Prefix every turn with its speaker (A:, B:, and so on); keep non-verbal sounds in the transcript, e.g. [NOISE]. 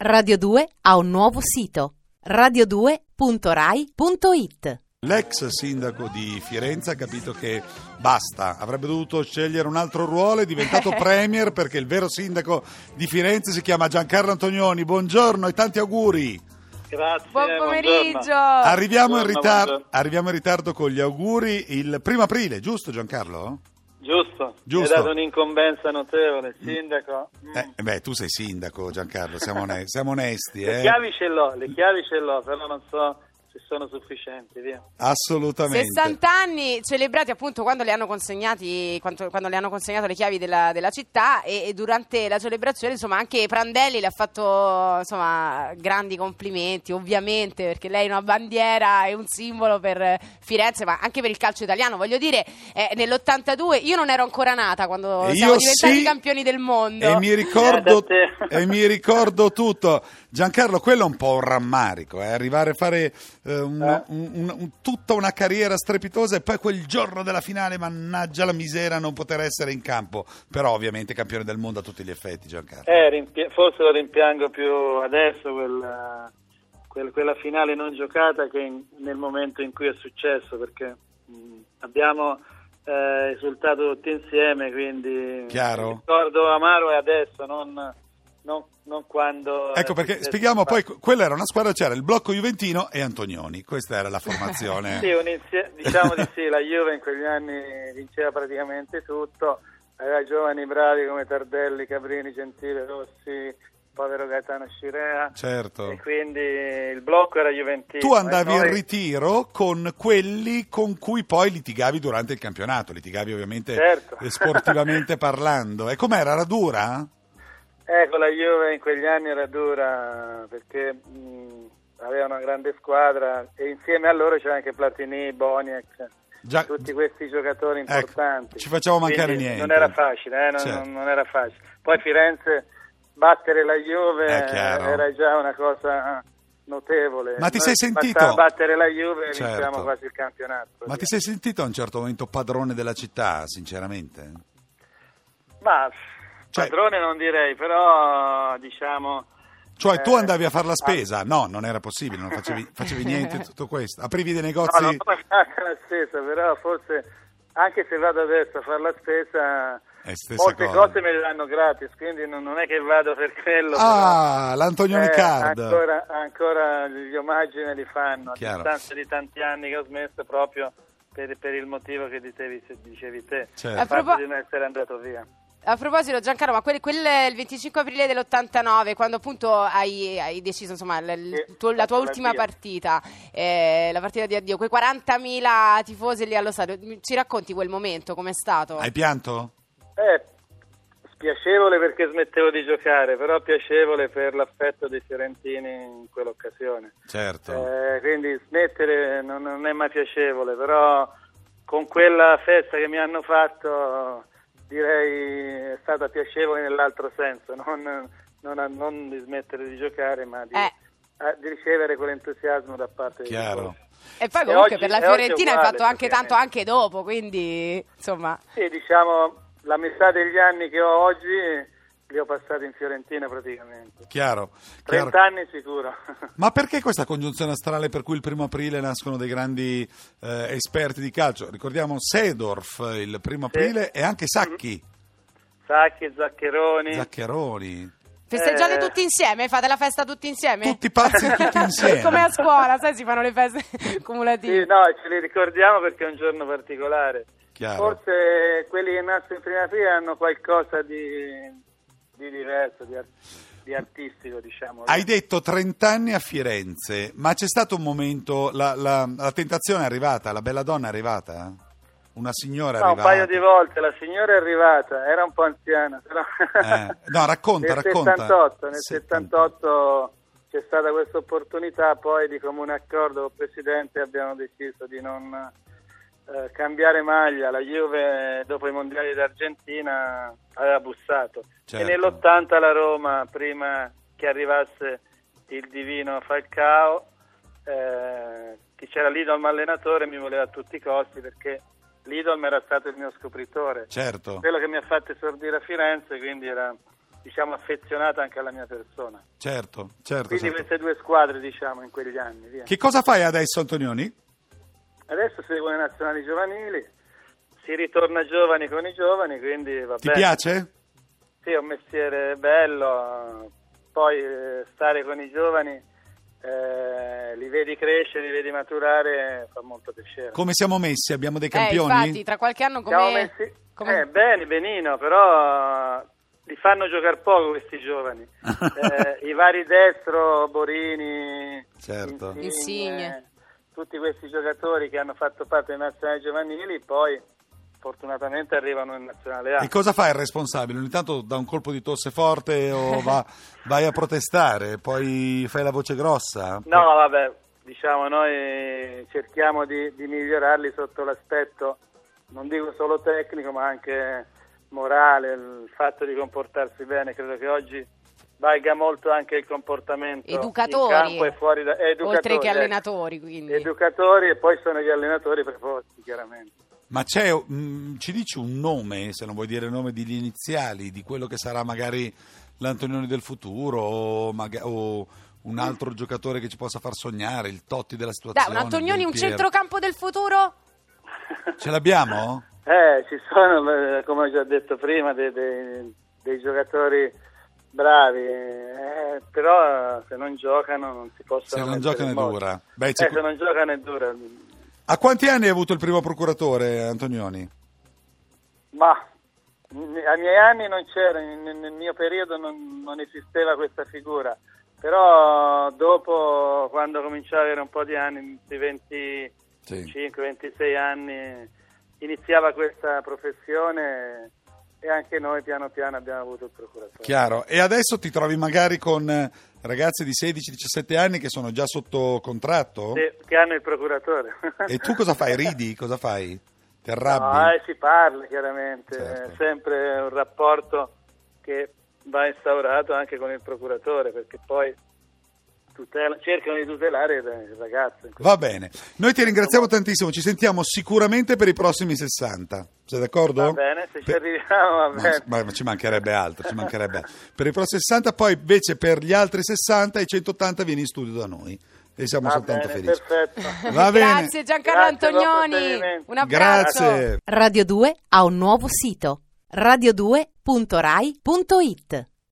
A: Radio 2 ha un nuovo sito radio2.rai.it.
B: L'ex sindaco di Firenze ha capito che basta, avrebbe dovuto scegliere un altro ruolo, è
C: [LAUGHS]
B: diventato premier perché il vero sindaco di Firenze si chiama Giancarlo Antonioni. Buongiorno e tanti auguri.
C: Grazie.
D: Buon pomeriggio!
C: Eh, buongiorno.
B: Arriviamo in,
C: Buongiorno,
B: ritardo,
C: buongiorno.
B: arriviamo in ritardo con gli auguri il primo aprile, giusto Giancarlo?
C: Giusto.
B: Giusto.
C: È dato un'incombenza notevole, sindaco. Mm.
B: Eh, beh, tu sei sindaco Giancarlo, siamo, one- siamo onesti.
C: Le
B: eh.
C: chiavi ce l'ho, le chiavi ce l'ho, però non so se sono sufficienti, via.
B: Assolutamente.
D: 60 anni celebrati appunto quando le hanno, consegnati, quanto- quando le hanno consegnato le chiavi della, della città e, e durante la celebrazione insomma anche Prandelli le ha fatto insomma grandi complimenti ovviamente perché lei è una bandiera e un simbolo per eh, Firenze ma anche per il calcio italiano voglio dire eh, nell'82 io non ero ancora nata quando
B: E
D: siamo
B: Eh, io
D: diventati
B: sì, Eh,
D: campioni del mondo
B: E mi, ricordo,
C: Guarda Eh, te.
B: e mi ricordo tutto. Giancarlo, quello è un po' un rammarico, eh, arrivare a fare eh, un-
C: Eh?
B: un- un- un- tutta una carriera strepitosa e poi quel giorno della finale, mannaggia la misera, non poter essere in campo. Però ovviamente campione del mondo a tutti gli effetti, Giancarlo.
C: Eh, rimpia- forse lo rimpiango più adesso quel, quel- quella finale non giocata che in- nel momento in cui è successo, perché mm, abbiamo eh, esultato tutti insieme, quindi
B: Chiaro.
C: il ricordo amaro è adesso, non, non- non quando...
B: Ecco perché spieghiamo poi, quella era una squadra, c'era il blocco Juventino e Antonioni, questa era la formazione.
C: [LAUGHS] Sì, un insie- diciamo di sì, la Juve in quegli anni vinceva praticamente tutto, aveva giovani bravi come Tardelli, Cabrini, Gentile, Rossi, povero Gaetano Scirea.
B: [LAUGHS] Certo.
C: E quindi il blocco era Juventino.
B: Tu andavi
C: e
B: in
C: noi-
B: ritiro con quelli con cui poi litigavi durante il campionato, litigavi ovviamente
C: Certo.
B: eh,
C: [LAUGHS]
B: sportivamente parlando. E com'era? Era dura?
C: Ecco, la Juve in quegli anni era dura perché mh, aveva una grande squadra e insieme a loro c'era anche Platini, Boniek,
B: Già-
C: tutti questi giocatori
B: Ah, Ecco,
C: importanti.
B: ci facciamo mancare
C: Quindi
B: niente.
C: Non era facile, eh, non,
B: Certo.
C: non era facile. Poi Firenze, battere la Juve
B: È chiaro.
C: era già una cosa notevole.
B: Ma ti
C: Noi
B: sei sentito-
C: bastava battere la Juve e
B: Certo.
C: vinciamo quasi il campionato.
B: Ma ti sei sentito a un certo momento padrone della città, sinceramente?
C: Ma
B: Cioè-
C: padrone non direi, però diciamo...
B: Cioè, tu
C: eh,
B: andavi a fare la
C: ah,
B: spesa? No, non era possibile, non facevi,
C: [LAUGHS]
B: facevi niente, tutto questo. Aprivi dei
C: No,
B: negozi.
C: non ho fatto la spesa, però forse anche se vado adesso a fare la spesa,
B: È stessa
C: molte
B: cosa.
C: cose me le danno gratis, quindi non, non è che vado per quello.
B: Ah, l'Antonioni
C: Eh,
B: Card.
C: Ancora, ancora gli omaggi me li fanno,
B: Chiaro.
C: a distanza di tanti anni che ho smesso proprio per, per il motivo che dicevi, dicevi te,
B: Certo.
C: il
B: A
C: fatto
D: propos-
C: di non essere andato via.
D: A proposito, Giancarlo, ma quel, quel il 25 aprile dell'89, quando appunto hai, hai deciso insomma, l- il
C: Sì,
D: tuo- la tua
C: la
D: ultima
C: via.
D: partita, eh, la partita di addio, quei 40.000 tifosi lì allo stadio, mi- ci racconti quel momento, com'è stato?
B: Hai pianto?
C: Eh, spiacevole perché smettevo di giocare, però piacevole per l'affetto dei fiorentini in quell'occasione.
B: Certo.
C: Eh, quindi smettere non, non è mai piacevole, però con quella festa che mi hanno fatto direi è stata piacevole nell'altro senso, [LAUGHS] non, non- non di smettere di giocare ma di,
D: Eh.
C: eh, di ricevere quell'entusiasmo da parte di
B: Chiaro.
D: e poi
C: e
D: comunque
C: oggi-
D: per la
C: e oggi è
D: Fiorentina hai
C: uguale,
D: fatto anche
C: praticamente.
D: tanto anche dopo, quindi insomma...
C: Sì, diciamo la metà degli anni che ho oggi li ho passati in Fiorentina praticamente.
B: Chiaro.
C: 30
B: chiaro.
C: anni sicuro. [LAUGHS]
B: Ma perché questa congiunzione astrale per cui il primo aprile nascono dei grandi eh, esperti di calcio? Ricordiamo Sedorf eh, il primo
C: Sì. Mm-hmm.
B: aprile e anche Sacchi,
C: Sacchi, Zaccheroni.
B: Zaccheroni.
D: Festeggiate
C: Eh.
D: tutti insieme? Fate la festa tutti insieme?
B: Tutti pazzi e
D: [LAUGHS]
B: tutti insieme.
D: Come a scuola, sai, si fanno le feste [LAUGHS] cumulative.
C: Sì, no, ce li ricordiamo perché è un giorno particolare.
B: Chiaro.
C: Forse quelli che nascono in prima fila hanno qualcosa di, di diverso, di, ar- di artistico, diciamo.
B: Hai detto 30 anni a Firenze, ma c'è stato un momento, la, la- la tentazione è arrivata, la bella donna è arrivata? Una signora è
C: No, un
B: arrivata?
C: paio di volte la signora è arrivata, era un po' anziana, però...
B: Eh, no, racconta,
C: [LAUGHS] nel
B: racconta.
C: 78, nel
B: 78.
C: 78 c'è stata questa opportunità, poi di comune accordo col Presidente abbiamo deciso di non eh, cambiare maglia. La Juve dopo i mondiali d'Argentina aveva bussato
B: Certo.
C: e nell'80 la Roma, prima che arrivasse il divino Falcao, eh, che c'era l'Idolm allenatore, mi voleva a tutti i costi perché l'Idolm era stato il mio scopritore
B: Certo.
C: quello che mi ha fatto esordire a Firenze, quindi era diciamo, affezionata anche alla mia persona.
B: Certo, certo.
C: Quindi
B: certo.
C: queste due squadre, diciamo, in quegli anni. via.
B: Che cosa fai adesso, Antonioni?
C: Adesso seguo le nazionali giovanili, si ritorna giovani con i giovani, quindi va
B: Ti
C: bene.
B: piace?
C: Sì, è un mestiere bello, poi eh, stare con i giovani, eh, li vedi crescere, li vedi maturare, fa molto piacere.
B: Come siamo messi? Abbiamo dei
D: Eh,
B: campioni?
D: infatti, tra qualche anno come...
C: Siamo messi-
D: come-
C: eh, bene, benino, però li fanno giocare poco
B: [LAUGHS]
C: questi giovani. Eh, I vari destro, Borini,
B: Certo.
C: Insigne,
D: Insigne.
C: tutti questi giocatori che hanno fatto parte delle nazionali giovanili, poi fortunatamente arrivano in nazionale A.
B: E cosa fa il responsabile? Ogni tanto dà un colpo di tosse forte
D: [LAUGHS]
B: o va- vai a protestare, poi fai la voce grossa?
C: No,
D: Eh.
C: vabbè, diciamo noi cerchiamo di, di migliorarli sotto l'aspetto, non dico solo tecnico, ma anche morale, il fatto di comportarsi bene, credo che oggi valga molto anche il comportamento
D: Educatori,
C: in campo e fuori da, eh, educatori,
D: oltre che
C: ecco.
D: allenatori, quindi.
C: Educatori e poi sono gli allenatori preposti, chiaramente.
B: Ma c'è, mm, ci dici un nome, se non vuoi dire il nome degli iniziali, di quello che sarà magari l'Antonioni del futuro o, maga- o un altro giocatore che ci possa far sognare, il Totti della situazione?
D: Mm. Dai, un Antonioni,
B: del
D: un
B: Piero.
D: centrocampo del futuro?
B: Ce l'abbiamo?
C: Eh, ci sono, eh, come ho già detto prima, dei, dei- dei giocatori bravi, eh, però eh, se non giocano non si possono...
B: Se non
C: mettere
B: giocano è
C: in moto.
B: dura. Beh,
C: eh,
B: c'è-
C: se non giocano è dura.
B: A quanti anni hai avuto il primo procuratore, Antonioni?
C: Ma mm, ai miei anni non c'era, in- nel, nel mio periodo non, non esisteva questa figura, però dopo, quando cominciai ad avere un po' di anni, di 20... 25-26 anni iniziava questa professione e anche noi piano piano abbiamo avuto il procuratore.
B: Chiaro, e adesso ti trovi magari con eh, ragazzi di 16-17 anni che sono già sotto contratto?
C: Sì, che hanno il procuratore.
B: E tu cosa fai? Ridi? Cosa fai? Ti arrabbi?
C: No, eh, si parla chiaramente,
B: Certo.
C: è sempre un rapporto che va instaurato anche con il procuratore perché poi tutela- cercano di tutelare il ragazzo. in questo
B: Va bene, noi ti ringraziamo tantissimo, ci sentiamo sicuramente per i prossimi 60, sei d'accordo?
C: Va bene, se ci
B: Per-
C: arriviamo va
B: Ma-
C: bene.
B: Ma, ma ci mancherebbe altro, ci mancherebbe. per i prossimi 60, poi invece per gli altri 60 e 180 vieni in studio da noi e siamo
C: Va
B: soltanto
C: bene,
B: felici. [LAUGHS]
C: perfetto.
B: Va bene,
D: [LAUGHS] Grazie Giancarlo
C: Grazie, buon
D: Antonioni.
C: proseguimento.
D: Un abbraccio.
B: grazie.
A: Radio 2 ha un nuovo sito radio2.rai.it